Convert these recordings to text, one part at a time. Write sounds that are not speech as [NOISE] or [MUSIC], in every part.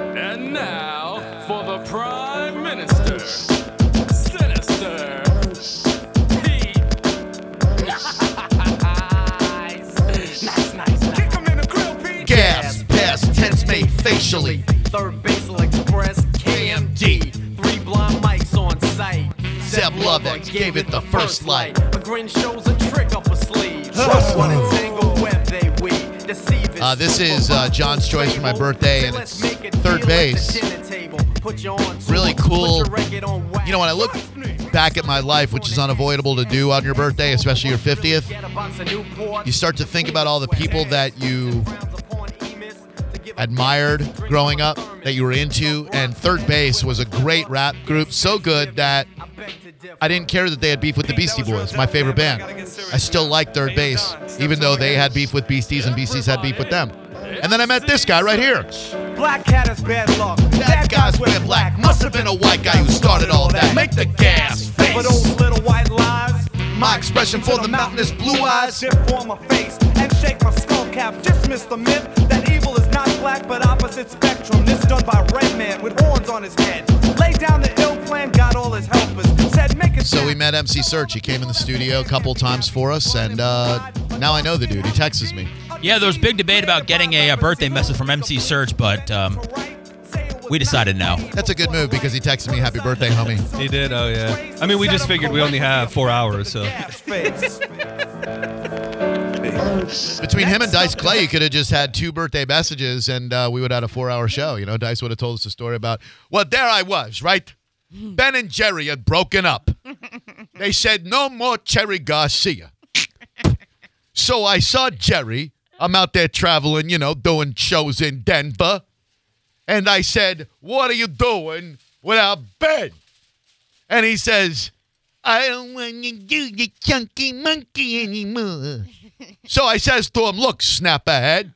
And now for the Prime Minister, Sinister Pete. [LAUGHS] nice, nice, nice. Kick him in the grill, Pete. Gas, pass, tense made facially. Third Basil Express, KMD. Three blind mics on site. Zeb Lovex gave it the first light. A grin shows a trick up a [LAUGHS] sleeve. Trust one entangled web they weave. Deceive is Uh, this is, uh, John's choice for my birthday, and Let's it's make it third feel like base. the dinner table. Put your on to Really it. Put cool. your record on wax. You know, when I look back at my life, which is unavoidable to do on your birthday, especially your 50th, Get a box of Newport. you start to think about all the people that you admired growing up, that you were into, and Third Base was a great rap group, so good that I didn't care that they had beef with the Beastie Boys, my favorite band. I still like Third Base, even though they had beef with Beasties and Beasties had beef with them. And then I met this guy right here. Black cat is bad luck. That guy's wearing black. Must have been a white guy who started all that. Make the gas For face. those little white lies. My expression for the mountainous blue eyes. Dip for my face and shake my skull cap. Dismiss the myth that evil is not black but opposite spectrum. This done by Red Man with horns on his head. Laid down the ill plan, got all his helpers. Said, make it So we snap." met MC Search. He came in the studio a couple times for us, and uh, now I know the dude. He texts me. Yeah, there was big debate about getting a, uh, birthday message from MC Surge, but, um, we decided no. That's a good move because he texted me, "Happy birthday, homie." He did. Oh yeah. I mean, we just figured we only have four hours, so Between him and Dice Clay, you could have just had two birthday messages, and uh, we would have had a four-hour show. You know, Dice would have told us a story about, well, there I was, right? Ben and Jerry had broken up. They said no more Cherry Garcia. So I saw Jerry. I'm out there traveling, you know, doing shows in Denver, and I said, "What are you doing without Ben?" And he says, "I don't want to do the chunky monkey anymore." So I says to him, look, snap ahead.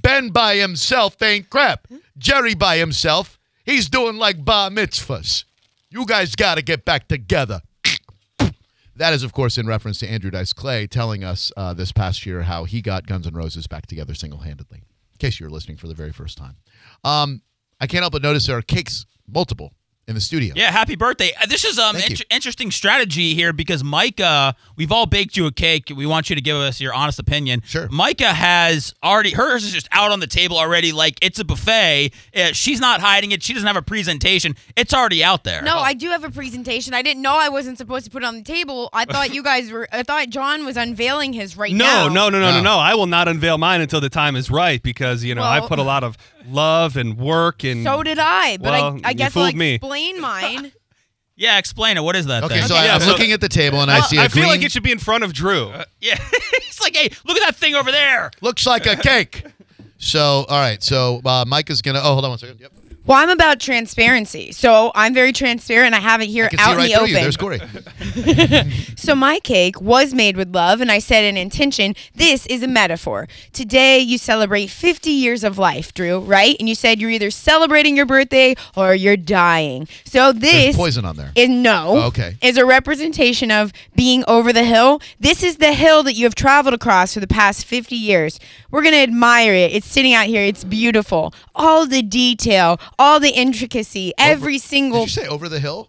Ben by himself ain't crap. Jerry by himself, he's doing like bar mitzvahs. You guys got to get back together. That is, of course, in reference to Andrew Dice Clay telling us uh, this past year how he got Guns N' Roses back together single handedly, in case you're listening for the very first time. Um, I can't help but notice there are cakes, multiple, in the studio. Yeah, happy birthday. Uh, This is um Thank you. inter- interesting strategy here because Micah, we've all baked you a cake. We want you to give us your honest opinion. Sure. Micah has already hers is just out on the table already like it's a buffet. Uh, she's not hiding it. She doesn't have a presentation. It's already out there. No, I do have a presentation. I didn't know I wasn't supposed to put it on the table. I thought you guys were. I thought John was unveiling his right now. no, no, no, no, No. no, no. I will not unveil mine until the time is right because you know I Well- put a lot of love and work and. So did I, but Well, I, I you guess fooled I'll me. explain mine. Yeah, explain it. What is that Okay, thing? so I, Yeah, I'm so- looking at the table and I Well, see a I feel green. like it should be in front of Drew. yeah. [LAUGHS] it's like, "Hey, look at that thing over there." looks like a [LAUGHS] cake. So, all right. So, uh, Mike is going to. Oh, hold on one second. Yep. [LAUGHS] Well, I'm about transparency, so I'm very transparent. I have it here I can out see right in the through open. you. There's [LAUGHS] Corey. So my cake was made with love, and I said an intention. This is a metaphor. Today you celebrate 50 years of life, Drew, right? And you said you're either celebrating your birthday or you're dying. So this poison on there. Is no. Oh, okay. Is a representation of being over the hill. This is the hill that you have traveled across for the past 50 years. We're gonna admire it. It's sitting out here. It's beautiful. All the detail, all the intricacy, every single Did you say over the hill?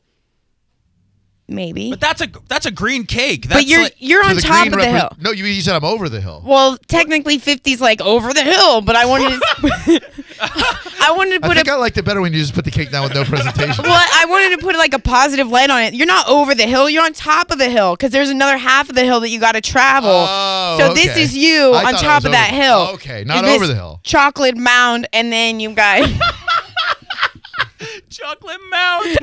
maybe. But that's a that's a green cake. That's But you're like- you're So on the top green of the repre- hill. No, you, you said I'm over the hill. Well, technically, 50's like over the hill, but I wanted to. [LAUGHS] I wanted to I put think a. I liked it better when you just put the cake down [LAUGHS] with no presentation. well, I wanted to put like a positive light on it. You're not over the hill. You're on top of the hill because there's another half of the hill that you got to travel. Oh, so this okay. is you I on thought it top was of that over- Oh, hill. okay, not This over the hill. Chocolate mound, and then you [LAUGHS] got chocolate mound.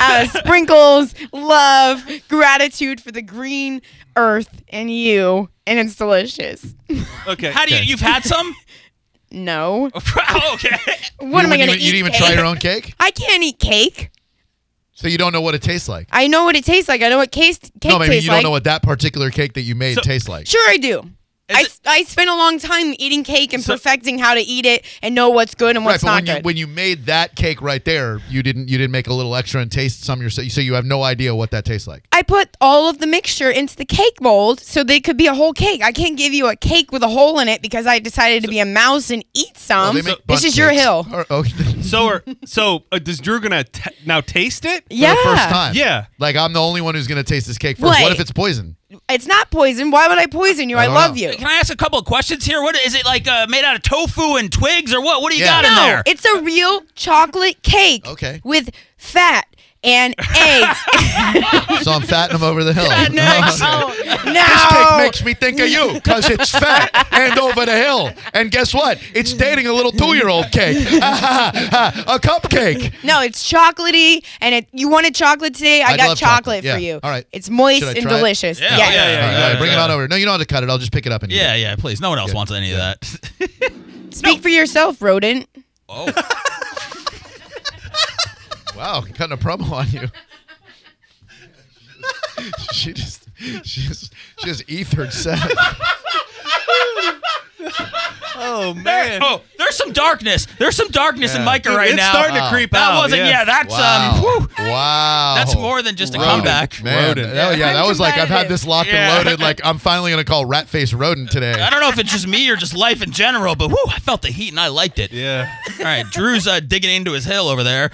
uh, sprinkles, love, gratitude for the green earth and you, and it's delicious. [LAUGHS] Okay. How do you okay. you've [LAUGHS] had some? No, Oh, okay. what you, am I wouldn't gonna even- eat? You didn't even cake? try your own cake, I can't eat cake. so you don't know what it tastes like. I know what [LAUGHS] it tastes like. I know what case, cake no, maybe tastes you don't like. know what that particular cake that you made tastes like. Sure, I do. I, it- s- I spent a long time eating cake and So- perfecting how to eat it and know what's good and Right, what's but when not you good. when you made that cake right there, you didn't you didn't make a little extra and taste some yourself, so you have no idea what that tastes like. I put all of the mixture into the cake mold so they could be a whole cake. I can't give you a cake with a hole in it because I decided to be a mouse and eat Well, some. they make Um, this bundt is your cakes. hill. Or- oh, [LAUGHS] So, are, so uh, does Drew gonna t- now taste it? Yeah. for the first time. Yeah. Like I'm the only one who's gonna taste this cake first. What Wait. if it's poison? It's not poison. Why would I poison you? I I, don't love know. you. Can I ask a couple of questions here? What is it like? Uh, made out of tofu and twigs, or what? What do you Yeah. got in No, there? it's a real chocolate cake. Okay. With fat and [LAUGHS] eggs. [LAUGHS] So I'm fattening him over the hill. no. This no. cake makes me think of you because it's fat [LAUGHS] and over the hill. And guess what? It's dating a little two-year-old cake, [LAUGHS] a cupcake. No, it's chocolatey, and it, you wanted chocolate today. I, I'd got love chocolate, chocolate. for Yeah. you. All right. It's moist Should I and try it? delicious. Yeah, Oh, Yes. yeah, All right, yeah, all right, yeah, bring it yeah. on over. No, you don't have to cut it. I'll just pick it up and eat yeah, it. yeah. Please, no one else wants any of that. [LAUGHS] Speak for yourself, rodent. Wow, cutting a promo on you. she just, she just, she just ethered Seth. um, Oh man. oh, there's some darkness. There's some darkness in Micah Dude, right it's now. starting to Wow. creep that out. wasn't. Yeah, that's um. whew. wow. That's more than just a Rodent. comeback. Man, Rodent. that- yeah, that I'm was like I've had competitive. this locked Yeah. and loaded. Like I'm finally gonna call Rat Face Rodent today. I don't know if it's just me or just life in general, but whew, I felt the heat and I liked it. Oh, yeah. All right, Drew's uh, digging into his hill over there.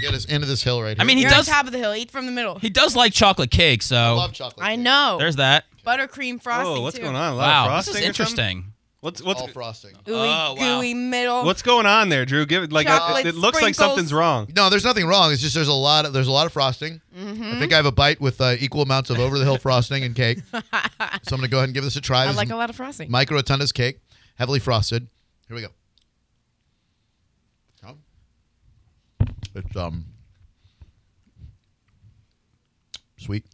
Get us into this hill right here. I mean, he You're does on top of the hill. Eat from the middle. he does like chocolate cake, so love chocolate. I know. there's that. buttercream frosting. Oh, what's too. going on? A lot of Wow, frosting this is or something? interesting. What's what's All frosting. Ooey, Oh, wow. gooey middle. what's going on there, Drew? Give it like I- Chocolate it, it looks like sprinkles. something's wrong. No, there's nothing wrong. It's just there's a lot of there's a lot of frosting. Mm-hmm. I think I have a bite with uh, equal amounts of over the hill frosting and [LAUGHS] cake. So I'm gonna go ahead and give this a try. I This like is a lot of frosting. Mike Rotunda's cake, heavily frosted. Here we go. Oh. It's um sweet,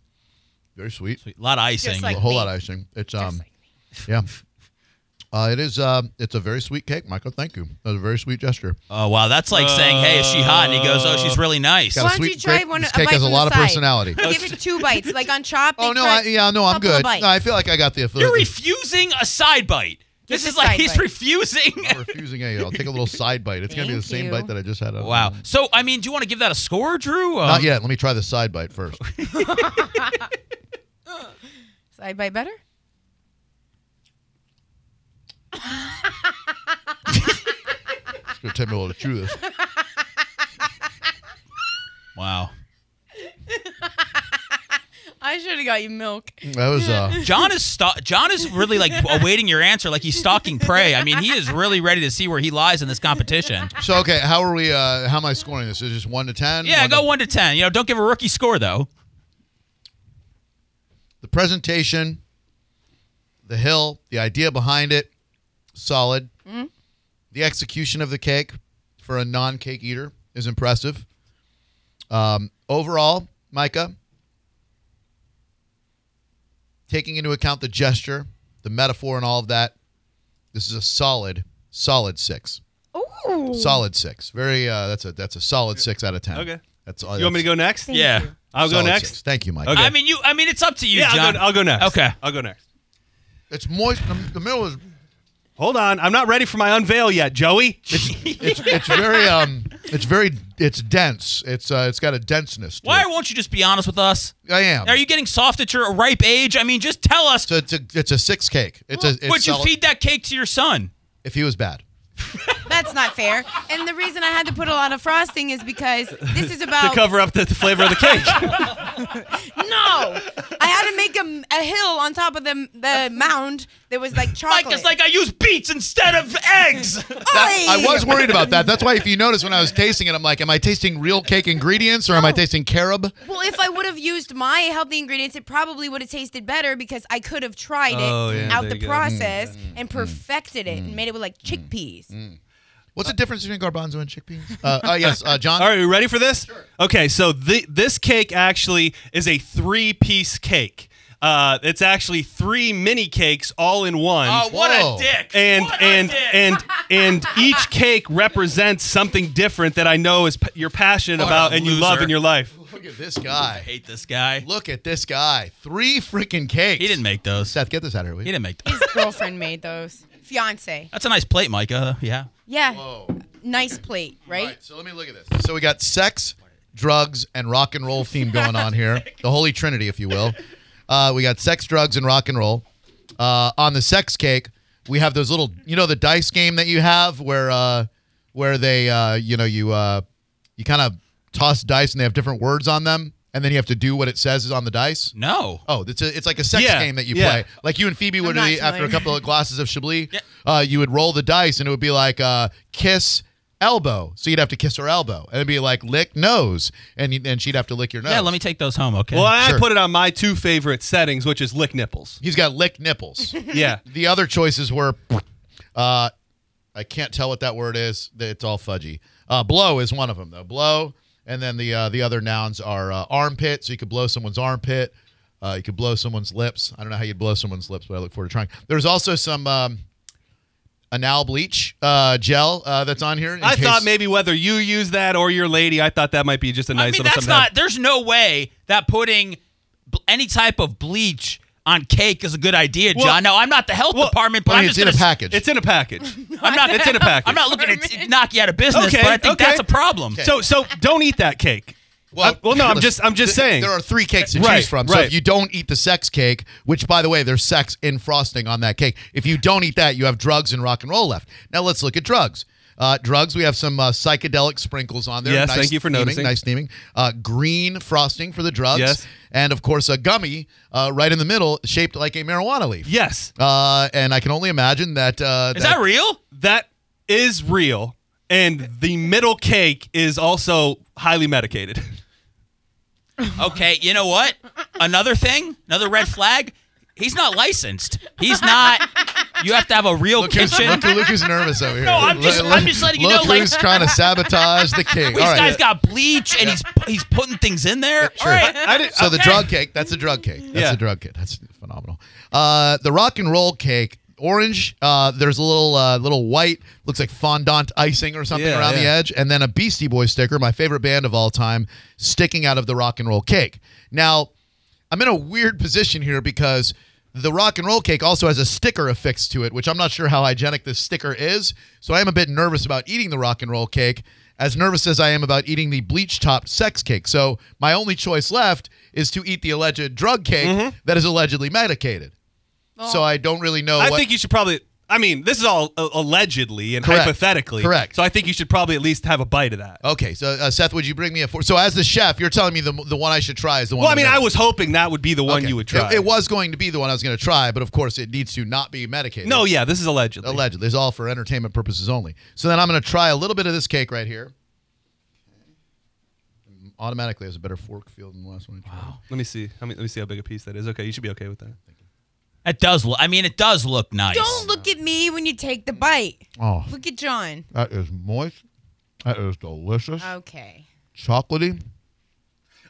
very sweet. A lot of icing. Just like- a whole me. lot of icing. It's um like yeah. Uh, it is. Um, it's a very sweet cake, Michael. Thank you. That was a very sweet gesture. oh wow, that's like saying, "Hey, is she hot?" And he goes, "Oh, she's really nice." Got Why a don't you sweet try grape- one- This a cake bite has a from lot the of side. [LAUGHS] personality. Give it [LAUGHS] two bites, like on Chop. Oh they no, try I, yeah, no, I'm couple of good. bites. No, I feel like I got the. You're the- refusing a side bite. This Just is a like side he's bite. refusing. I'm refusing a. I'll take a little [LAUGHS] side bite. It's gonna be the Thank same you. bite that I just had. wow. So I mean, do you want to give that a score, Drew? Um, Not yet. Let me try the side bite first. Side bite better? It's gonna take me a little to chew this. Wow. I should have got you milk. That was uh. John is sta- John is really like [LAUGHS] awaiting your answer, like he's stalking prey. I mean, he is really ready to see where he lies in this competition. So okay, how are we? Uh, how am I scoring this? Is it just one to ten? Yeah, One go to- one to ten. You know, don't give a rookie score though. The presentation, the hill, the idea behind it, solid. The execution of the cake for a non-cake eater is impressive. Um, overall, Micah, taking into account the gesture, the metaphor, and all of that, this is a solid, solid six. Ooh. Solid six. Very. Uh, that's a that's a solid six out of ten. Okay. That's. You want me to go next? yeah. I'll go next. Thank you, Micah. Okay. I mean, you. I mean, it's up to you, Yeah, I'll John. go, I'll go next. Okay. I'll go next. It's moist. the- The middle is Hold on, I'm not ready for my unveil yet, Joey. It's, it's it's very um it's very it's dense. It's uh it's got a denseness. To Why it. won't you just be honest with us? I am. Are you getting soft at your ripe age? I mean, just tell us. So it's a it's a six cake. It's a it's would you solid- feed that cake to your son? if he was bad. [LAUGHS] That's not fair. And the reason I had to put a lot of frosting is because this is [LAUGHS] to about cover up the, the flavor of the cake. [LAUGHS] no. I had to make a, a hill on top of the the mound that was like Like chocolate. it's like I use beets instead of [LAUGHS] eggs. That- I Oy! was worried about that. That's why if you notice when I was tasting it, I'm like, am I tasting real cake ingredients or am I tasting carob? Well, if I would have used my healthy ingredients, it probably would have tasted better because I could have tried it Oh, yeah, out there the you go. Mm, process and perfected it and made it with like chickpeas. What's the difference between garbanzo and chickpeas? Uh, uh yes, uh, John. All right, you ready for this? Okay, so the, this cake actually is a three-piece cake. Uh, it's actually three mini cakes all in one. Oh, what Whoa. a dick! and What a and dick. and [LAUGHS] and each cake represents something different that I know is p- you're passionate What a about and you love loser. in your life. Look at this guy. Hate this guy. Look at this guy. Three freaking cakes. He didn't make those. Seth, get this out of here. will He you? didn't make those. His girlfriend made those. Fiance. That's a nice plate, Micah. Yeah. Yeah. Whoa. Nice plate, right? All Oh, right, so let me look at this. So we got sex, drugs, and rock and roll theme going on here. The Holy Trinity, if you will. Uh, we got sex, drugs, and rock and roll. Uh, on the sex cake, we have those little, you know, the dice game that you have where, uh, where they, uh, you know, you, uh, you kind of toss dice and they have different words on them, and then you have to do what it says is on the dice. No. Oh, it's a, it's like a sex Yeah, game that you yeah. play. Like you and Phoebe would not be- after a familiar. couple of glasses of Chablis, uh, you would roll the dice and it would be like uh, kiss elbow. So you'd have to kiss her elbow, and it'd be like lick nose, and you- and she'd have to lick your nose. Yeah, let me take those home, okay? Well, I Sure. put it on my two favorite settings, which is [LAUGHS] lick nipples. He's got lick [LAUGHS] nipples. Yeah. the other choices were, uh, I can't tell what that word is. It's all fudgy. Uh, blow is one of them though. Blow, and then the uh, the other nouns are uh, armpit. So you could blow someone's armpit. Uh, you could blow someone's lips. I don't know how you'd blow someone's lips, but I look forward to trying. There's also some um, anal bleach uh, gel uh, that's on here. in I thought case- maybe whether you use that or your lady, I thought that might be just a nice I mean, little that's something. to have. not. There's no way that putting bl- any type of bleach on cake is a good idea, John. now, I'm not the health well, department, but I I'm mean, just it's in gonna. a package. It's in [LAUGHS] a package. I'm not. It's in a package. I'm not looking to t- knock you out of business, Okay, but I think okay. that's a problem. [LAUGHS] So so don't eat that cake. Well, well no, [LAUGHS] I'm just I'm just There- saying. there are three cakes to Right, choose from. So right. if you don't eat the sex cake, which by the way, there's sex in frosting on that cake. If you don't eat that, you have drugs and rock and roll left. Now let's look at drugs. Uh, drugs. We have some uh, psychedelic sprinkles on there. Yes, thank you for theming, noticing. Nice theming. Uh, green frosting for the drugs. Yes. And of course, a gummy uh, right in the middle, shaped like a marijuana leaf. yes. Uh, and I can only imagine that. Uh, is [LAUGHS] that real? That is real. And the middle cake is also highly medicated. Okay, you know what? Another thing, another red flag. He's not licensed. He's not. You have to have a real Look who's, kitchen. look, who- look who's nervous over here. No, I'm just- I'm just letting you look know, like- who's trying to sabotage [LAUGHS] the king. This All right. guy's got bleach, and he's he's putting things in there. Sure. All right. I did, So the drug cake, that's a drug cake. That's Yeah. a drug cake. That's phenomenal. Uh, the rock and roll cake, orange. Uh, there's a little uh, little white, looks like fondant icing or something Yeah, around the yeah. edge, and then a Beastie Boys sticker, my favorite band of all time, sticking out of the rock and roll cake. Now, I'm in a weird position here because the rock and roll cake also has a sticker affixed to it, which I'm not sure how hygienic this sticker is. So I am a bit nervous about eating the rock and roll cake, as nervous as I am about eating the bleach topped sex cake. So my only choice left is to eat the alleged drug cake Mm-hmm. that is allegedly medicated. so I don't really know. I what, think you should probably I mean, this is all uh, allegedly and Correct. hypothetically. Correct. So I think you should probably at least have a bite of that. Okay, so uh, Seth, would you bring me a four? So as the chef, you're telling me the the one I should try is the one. Well, I in the mean, I middle. was hoping that would be the one Okay. you would try. It, it was going to be the one I was going to try, but of course, it needs to not be medicated. No, yeah, this is allegedly. Allegedly. It's all for entertainment purposes only. So then I'm going to try a little bit of this cake right here. Mm, Automatically has a better fork feel than the last one. I tried. Let me see. Let me, let me see how big a piece that is. Okay, you should be okay with that. It does look. I mean, it does look nice. Don't look at me when you take the bite. Oh, Look at John. that is moist. That is delicious. Okay. Chocolatey.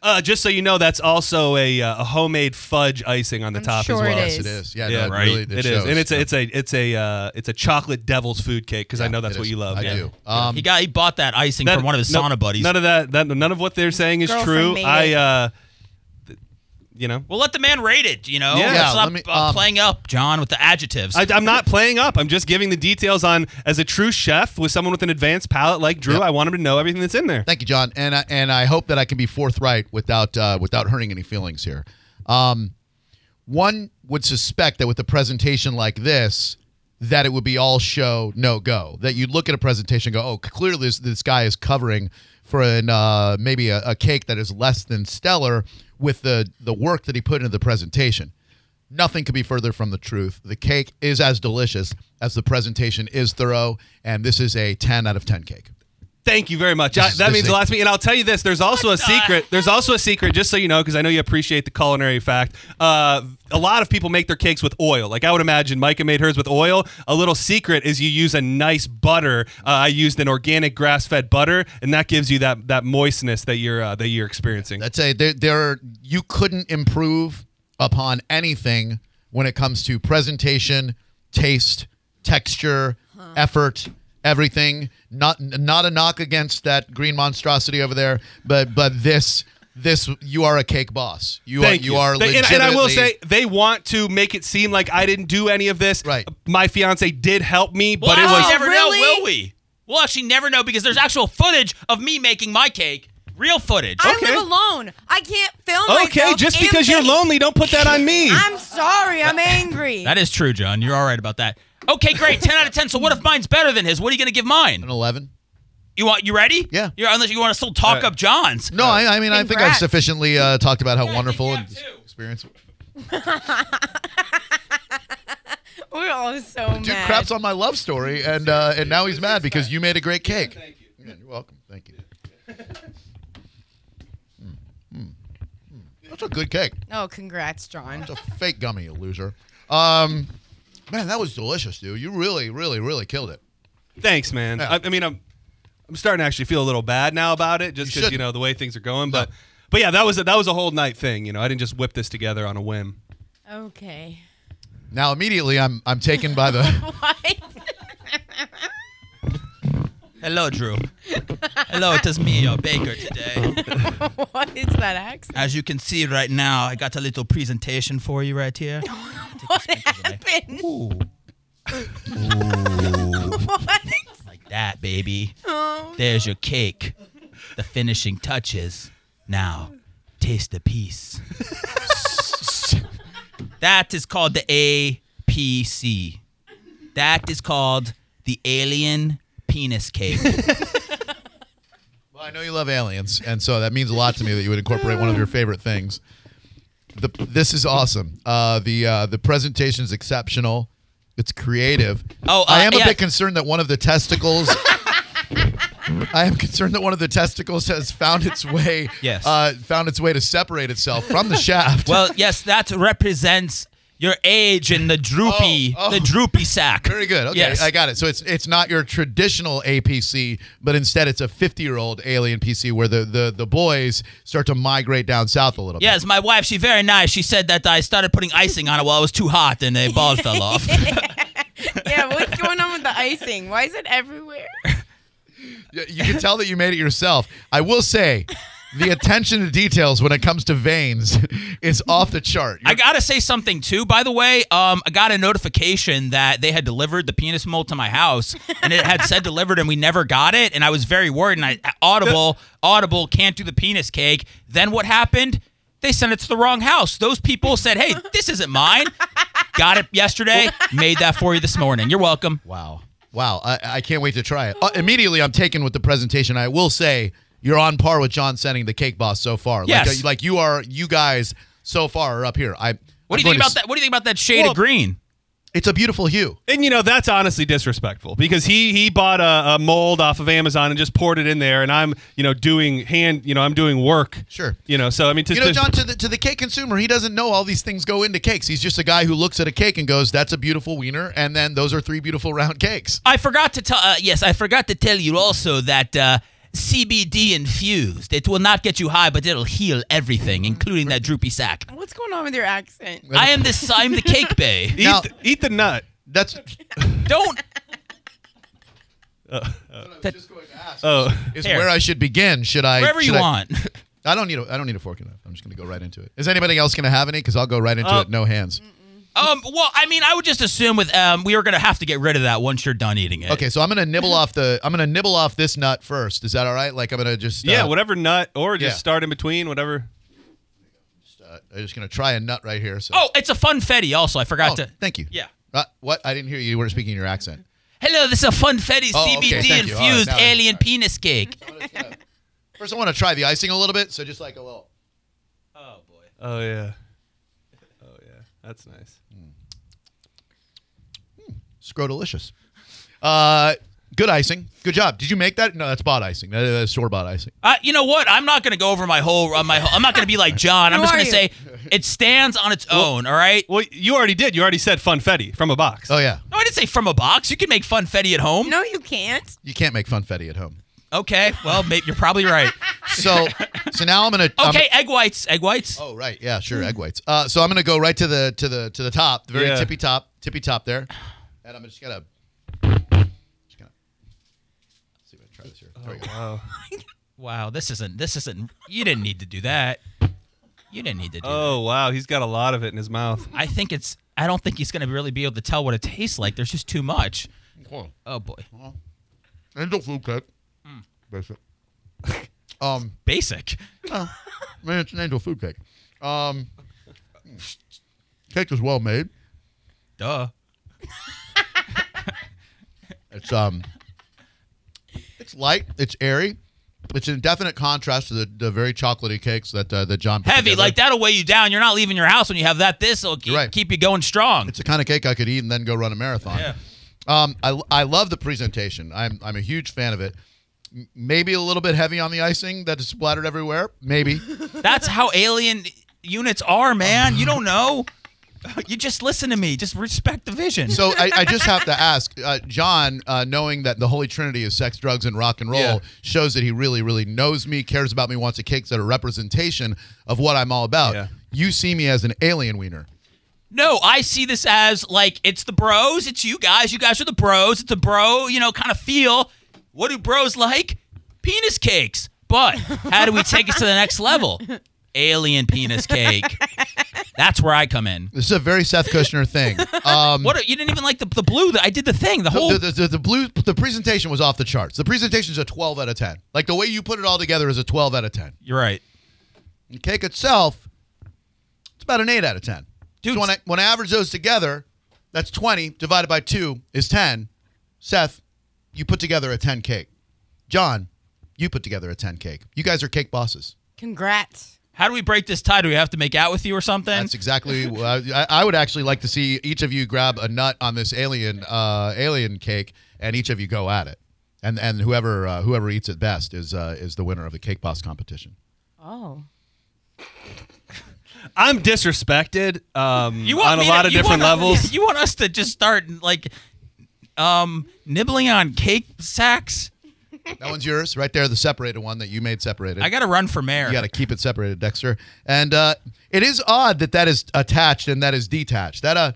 Uh, just so you know, that's also a, uh, a homemade fudge icing on the I'm top sure as well. it Yes, is. it is. Yeah, Yeah, no, right. Really, It it is, shows. and it's a it's a it's a uh, it's a chocolate devil's food cake because I know that's It what is. you love. I Yeah. do. Um, he got he bought that icing That- from one of his no- sauna buddies. None of that, that. None of what they're saying is Girlfriend true. made I, it. uh, th- you know, well, let the man rate it. You know, Yeah. Let's Yeah, let not, me- uh, um, playing up, John, with the adjectives. I, I'm not playing up. I'm just giving the details on as a true chef with someone with an advanced palate like Drew. Yep. I want him to know everything that's in there. Thank you, John. And I, and I hope that I can be forthright without uh, without hurting any feelings here. Um, one would suspect that with a presentation like this, that it would be all show no go. That you'd look at a presentation, and go, oh, clearly this, this guy is covering for an uh, maybe a, a cake that is less than stellar with the the work that he put into the presentation. Nothing could be further from the truth. The cake is as delicious as the presentation is thorough, and this is a 10 out of 10 cake. Thank you very much. I, is- that this means is a it. lot to me. And I'll tell you this: there's also a secret. There's also a secret, just so you know, because I know you appreciate the culinary fact. Uh, a lot of people make their cakes with oil. Like I would imagine, Micah made hers with oil. A little secret is you use a nice butter. Uh, I used an organic grass-fed butter, and that gives you that that moistness that you're uh, that you're experiencing. That's a there. There are, you couldn't improve upon anything when it comes to presentation, taste, texture, effort, everything. Not not a knock against that green monstrosity over there, but but this this you are a cake boss. You Thank are you, are They- and, legitimately and I will say they want to make it seem like I didn't do any of this. Right. My fiance did help me, We'll but it actually was never Really? know, will we? We'll actually never know because there's actual footage of me making my cake. Real footage. I Okay. live alone. I can't film okay. myself Just and because you're bake. lonely, don't put that on me. I'm sorry. I'm angry. That is true, John. You're all right about that. Okay, great. Ten out of ten. So what if mine's better than his? What are you gonna give an mine? eleven. You want you ready? Yeah. You're, unless you want to still talk Right. up John's. No, I, I mean I think I've Congrats. sufficiently uh, talked about how I think wonderful you and have too. experience. We're all so Dude, mad. craps on my love story, and uh, and now he's mad because you made a great cake. Thank you. you're welcome. Thank you. Mm, mm, mm. That's a good cake. oh, congrats, John. It's a fake gummy, you loser. Um, man, that was delicious, dude. You really, really, really killed it. Thanks, man. Yeah. I, I mean, I'm I'm starting to actually feel a little bad now about it, just You because you, shouldn't. know the way things are going. But but yeah, that was a, that was a whole night thing. You know, I didn't just whip this together on a whim. Okay. [LAUGHS] Now immediately, I'm I'm taken by the. What? Hello, Drew. Hello, it is me, your baker today. what is that accent? As you can see right now, I got a little presentation for you right here. What happened? Ooh, What? like that, baby. Oh, There's your cake. The finishing touches. Now, taste [LAUGHS] the piece. that is called the APC. That is called the alien [LAUGHS] penis cake. Well, I know you love aliens, and so that means a lot to me that you would incorporate one of your favorite things. The, this is awesome. Uh, the uh, the presentation is exceptional. It's creative. Oh, uh, I am a yeah. bit concerned that one of the testicles. [LAUGHS] I am concerned that one of the testicles has found its way. Yes. Uh, found its way to separate itself from the shaft. well, yes, that represents your age and the droopy, Oh, oh. the droopy sack. Very good. Okay, Yes. I got it. So it's it's not your traditional APC, but instead it's a 50 year old alien PC where the, the the boys start to migrate down south a little Yes, my wife, she very nice. She said that I started putting icing on it while it was too hot and the [LAUGHS] ball fell off. [LAUGHS] yeah, what's going on with the icing? Why is it everywhere? bit. You can tell that you made it yourself. I will say. The attention to details when it comes to veins [LAUGHS] is off the chart. I gotta say something too, by the way. Um, I got a notification that they had delivered the penis mold to my house, and it had said delivered, and we never got it, and I was very worried. And I uh, audible, audible, can't do the penis cake. Then what happened? They sent it to the wrong house. Those people said, "Hey, this isn't mine." got it yesterday. Made that for you this morning. You're welcome. wow. Wow. I, I can't wait to try it. Uh, immediately, I'm taken with the presentation. I will say you're on par with John sending the cake boss so far. Like, Yes. uh, like you are, you guys so far are up here. I. What I'm do you going think to about s- that? What do you think about that shade Well- of green? It's a beautiful hue. And you know that's honestly disrespectful because he he bought a, a mold off of Amazon and just poured it in there, and I'm you know doing hand you know I'm doing work. Sure. You know, so I mean, to, You know, to- John, to the, to the cake consumer, he doesn't know all these things go into cakes. He's just a guy who looks at a cake and goes, "That's a beautiful wiener," and then those are three beautiful round [LAUGHS] cakes. I forgot to tell. Uh, yes, I forgot to tell you also that uh, CBD infused. It will not get you high, but it'll heal everything, Mm-hmm. including that droopy sack. What's going on with your accent? I am this. I'm [LAUGHS] the cake bay. eat, Now- the, eat the nut. [LAUGHS] That's Don't. just going to ask. Oh, is Here. where I should begin. Should I? Wherever you should I- [LAUGHS] want. I don't need. A, I don't need a fork and knife. I'm just going to go right into it. Is anybody else going to have any? Because I'll go right into Oh. Uh, it. No hands. Um. Well, I mean, I would just assume with um, we are gonna have to get rid of that once you're done eating it. Okay, so I'm going to nibble off the. I'm going to nibble off this nut first. Is that all right? Like I'm going to just. uh, yeah, whatever nut, or just yeah. start in between, whatever. uh, I'm just going to try a nut right here. So. Oh, it's a funfetti. Also, I forgot Oh, to. thank you. Yeah. Uh, what? I didn't hear you. You weren't speaking your accent. Hello, this is a funfetti Oh, okay, CBD thank you. All right, infused now I- alien all right. penis cake. First, I want to try the icing a little bit. So just like a little. Oh boy. Oh yeah. Oh yeah. That's nice. Scrodelicious. Uh, good icing. Good job. Did you make that? No, that's bot icing. That- that's store bought icing. Uh, you know what? I'm not gonna go over my whole. Uh, my. Whole, I'm not gonna be like John. I'm Who just are gonna you? say it stands on its own. all right. Well, you already did. You already said funfetti from a box. Oh yeah, No, I didn't say from a box. You can make funfetti at home. No, you can't. you can't make funfetti at home. Okay. Well, maybe you're [LAUGHS] probably right. So, so now I'm gonna. I'm Okay, egg whites, egg whites. gonna- Um, oh right, yeah, sure, egg whites. Uh, so I'm gonna go right to the to the to the top, the very Yeah. tippy top, tippy top there, and I'm just gonna. Just gonna see if I can try this here. There we go. Wow. Wow, this isn't. This isn't. You didn't need to do that. You didn't need to do. that. Oh wow, he's got a lot of it in his mouth. I think it's. I don't think he's gonna really be able to tell what it tastes like. There's just too much. Cool. Oh boy. Angel food cake. Basic. [LAUGHS] um, Basic. I mean, it's an angel food cake. Um, cake is well made. Duh. It's um, it's light. It's airy. It's in definite contrast to the, the very chocolatey cakes that uh, that John put Heavy. together. Like that'll weigh you down. You're not leaving your house when you have that. This will keep, Right. keep you going strong. It's [LAUGHS] the kind of cake I could eat and then go run a marathon. Yeah. Um, I, I love the presentation. I'm, I'm a huge fan of it. M- Maybe a little bit heavy on the icing that is splattered everywhere. Maybe. That's how alien units are, man. You [LAUGHS] don't know. You just listen to me. Just respect the vision. So I, I just have to ask, uh, John, uh, knowing that the Holy Trinity is sex, drugs, and rock and roll, Yeah. shows that he really, really knows me, cares about me, wants a cake that a representation of what I'm all about. Yeah. You see me as an alien wiener. No, I see this as like it's the bros, it's you guys, you guys are the bros, it's a bro, you know, kind of feel. What do bros like? Penis cakes. But how do we take it to the next level? Alien penis cake. That's where I come in. This is a very Seth Kushner thing. Um, What are, you didn't even like the, the blue that I did the thing, the whole the, the, the, the blue the presentation was off the charts. The presentation is a 12 out of 10. Like the way you put it all together is a 12 out of 10. You're right. The cake itself, it's about an 8 out of 10. Dude, so when I, when I average those together, that's 20 divided by 2 is 10. Seth, you put together a 10 cake. John, you put together a 10 cake. You guys are cake bosses. Congrats. How do we break this tie? Do we have to make out with you or something? That's exactly. I, I would actually like to see each of you grab a nut on this alien uh, alien cake, and each of you go at it, and and whoever uh, whoever eats it best is uh, is the winner of the cake boss competition. Oh. I'm disrespected um, you want on a me to- lot of you different want- [LAUGHS] levels. You want us to just start like um nibbling on cake sacks? That one's yours, right there, the separated one that you made separated. I got to run for mayor. You got to keep it separated, Dexter. And uh, it is odd that that is attached and that is detached. That uh,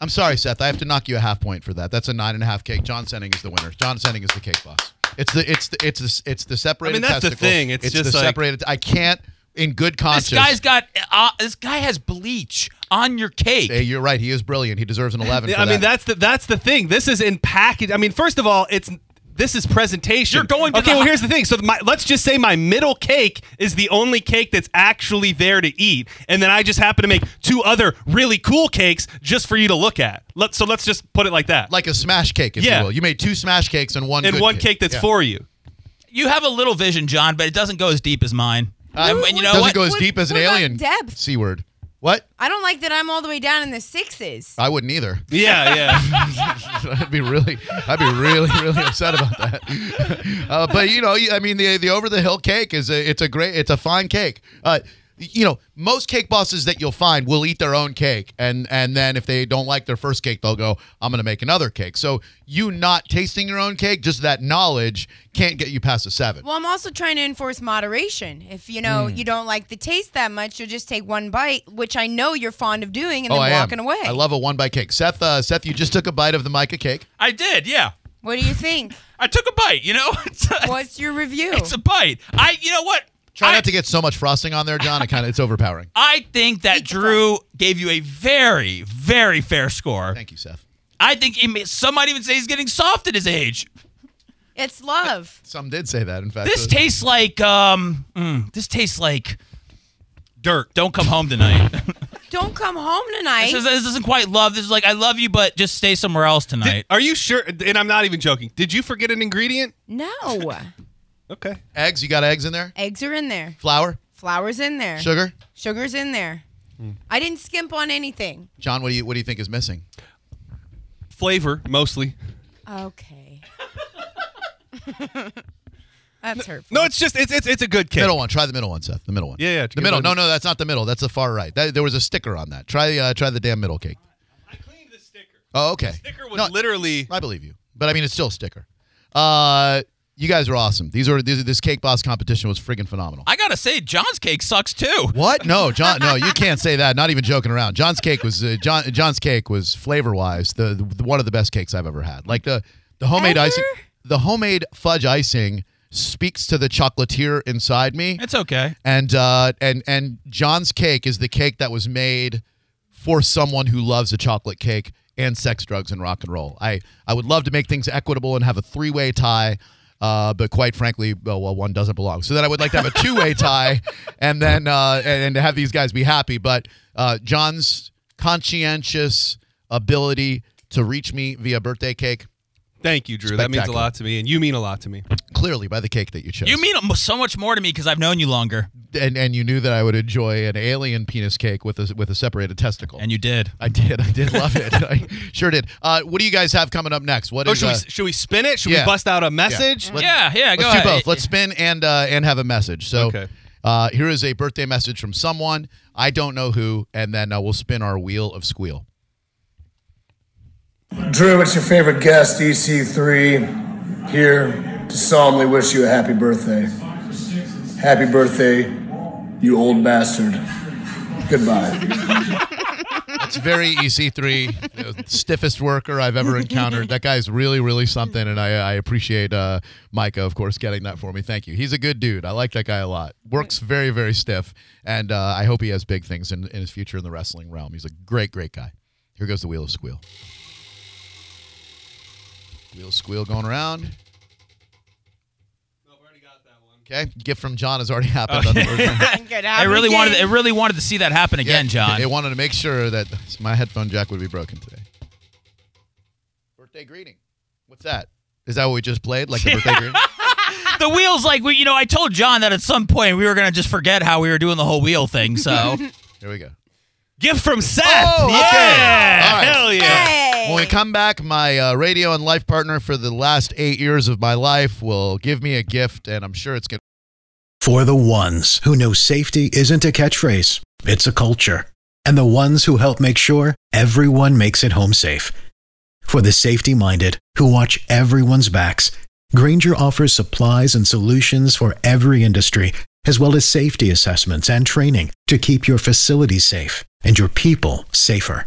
I'm sorry, Seth. I have to knock you a half point for that. That's a nine and a half cake. John Senning is the winner. John Senning is the cake boss. It's the it's the it's the it's the separated. I mean, that's the testicles. thing. It's the just like- separated. I can't, in good conscience. This guy's got. Uh, this guy has bleach on your cake. Hey, you're right. He is brilliant. He deserves an 11. Yeah, for I mean, that. that's the that's the thing. This is in package. I mean, first of all, it's this is presentation. You're going to okay. the- well, here's the thing. So my, let's just say my middle cake is the only cake that's actually there to eat, and then I just happen to make two other really cool cakes just for you to look at. Let, so let's just put it like that. like a smash cake, if Yeah. you will. You made two smash cakes and one and good one cake, that's Yeah. for you. You have a little vision, John, but it doesn't go as deep as mine. Uh, and, and you know Doesn't what? go as What- deep as an what about alien. depth? C word. What? I don't like that I'm all the way down in the sixes. I wouldn't either. Yeah, [LAUGHS] yeah. [LAUGHS] I'd be really, I'd be really, really upset about that. Uh, but you know, you- I mean, the the over the hill cake is a, it's a great, it's a fine cake. Uh, you know, most cake bosses that you'll find will eat their own cake, and and then if they don't like their first cake, they'll go, I'm gonna make another cake. So you not tasting your own cake, just that knowledge can't get you past a seven. Well, I'm also trying to enforce moderation. If you know Hmm. you don't like the taste that much, you'll just take one bite, which I know you're fond of doing, and oh, then I am. walking away. I love a one bite cake. Seth, uh, Seth, you just took a bite of the mica cake. I did, yeah. what do [LAUGHS] you think? I took a bite. You know, [LAUGHS] it's a, What's your review? it's a bite. I, you know what? Try I, not to get so much frosting on there, John. It kind of it's overpowering. I think that Eat the Drew gave you a very, very fair score. Thank you, Seth. I think he may, some might even say he's getting soft at his age. It's love. Some did say that. In fact, This Uh, tastes like um. mm, this tastes like dirt. Don't come home [LAUGHS] tonight. Don't come home tonight. this, is, this isn't quite love. This is like I love you, but just stay somewhere else tonight. Are you sure? And I'm not even joking. Did you forget an ingredient? no. Okay. eggs. You got eggs in there. Eggs are in there. Flour. Flour's in there. Sugar. Sugar's in there. Hmm. I didn't skimp on anything. John, what do you what do you think is missing? Flavor mostly. [LAUGHS] Okay. That's hurtful. No, it's just it's it's it's a good cake. Middle one. Try the middle one, Seth. The middle one. Yeah, yeah, The give middle. it No, a- no, that's not the middle. That's the far right. That, there was a sticker on that. Try uh, try the damn middle cake. I cleaned the sticker. Oh, okay. Sticker was No, literally I believe you, but I mean it's still a sticker. Uh, you guys are awesome. These are these, this cake boss competition was friggin' phenomenal. I gotta say, John's cake sucks too. what? No, John. No, you can't say that. Not even joking around. John's cake was uh, John. John's cake was flavor wise the, the one of the best cakes I've ever had. Like the the homemade Ever? icing, the homemade fudge icing speaks to the chocolatier inside me. It's okay. and uh, and and John's cake is the cake that was made for someone who loves a chocolate cake and sex, drugs, and rock and roll. I I would love to make things equitable and have a three way tie. Uh, but quite frankly, well, well, one doesn't belong. So then I would like to have a [LAUGHS] two-way tie, and then uh, and, and to have these guys be happy. But uh, John's conscientious ability to reach me via birthday cake, Thank you, Drew. That means a Spectacular. lot to me, and you mean a lot to me. clearly by the cake that you chose. You mean so much more to me because I've known you longer, and and you knew that I would enjoy an alien penis cake with a with a separated testicle. and you did. I did. I did love it. I sure did. Uh, what do you guys have coming up next? What Oh, is? should, we, uh, should we spin it? Should yeah. we bust out a message? Let- yeah, yeah. let's go do ahead. both. Let's spin and uh, and have a message. So, Okay. uh, here is a birthday message from someone I don't know who, and then uh, we'll spin our wheel of squeal. Drew, it's your favorite guest, EC3, here to solemnly wish you a happy birthday. Happy birthday, you old bastard. Goodbye. It's very EC3, you know, stiffest worker I've ever encountered. That guy's really, really something, and I, I appreciate uh, Micah, of course, getting that for me. Thank you. He's a good dude. I like that guy a lot. Works very, very stiff, and uh, I hope he has big things in, in his future in the wrestling realm. He's a great, great guy. Here goes the wheel of squeal. Wheel of squeal going around. Okay, gift from John has already happened. unfortunately. I really wanted. I really wanted to see that happen Yeah, again, John. They wanted to make sure that my headphone jack would be broken today. Birthday greeting. What's that? Is that what we just played? Like the birthday [LAUGHS] greeting? the wheels, like we, you know, I told John that at some point we were gonna just forget how we were doing the whole wheel [LAUGHS] thing. So Here we go. Gift from Seth. Oh, okay. Yeah. All right. Hell yeah. Hey. When we come back, my uh, radio and life partner for the last eight years of my life will give me a gift, and I'm sure it's going For the ones who know safety isn't a catchphrase, it's a culture. And the ones who help make sure everyone makes it home safe. For the safety minded who watch everyone's backs, Granger offers supplies and solutions for every industry, as well as safety assessments and training to keep your facility safe and your people safer.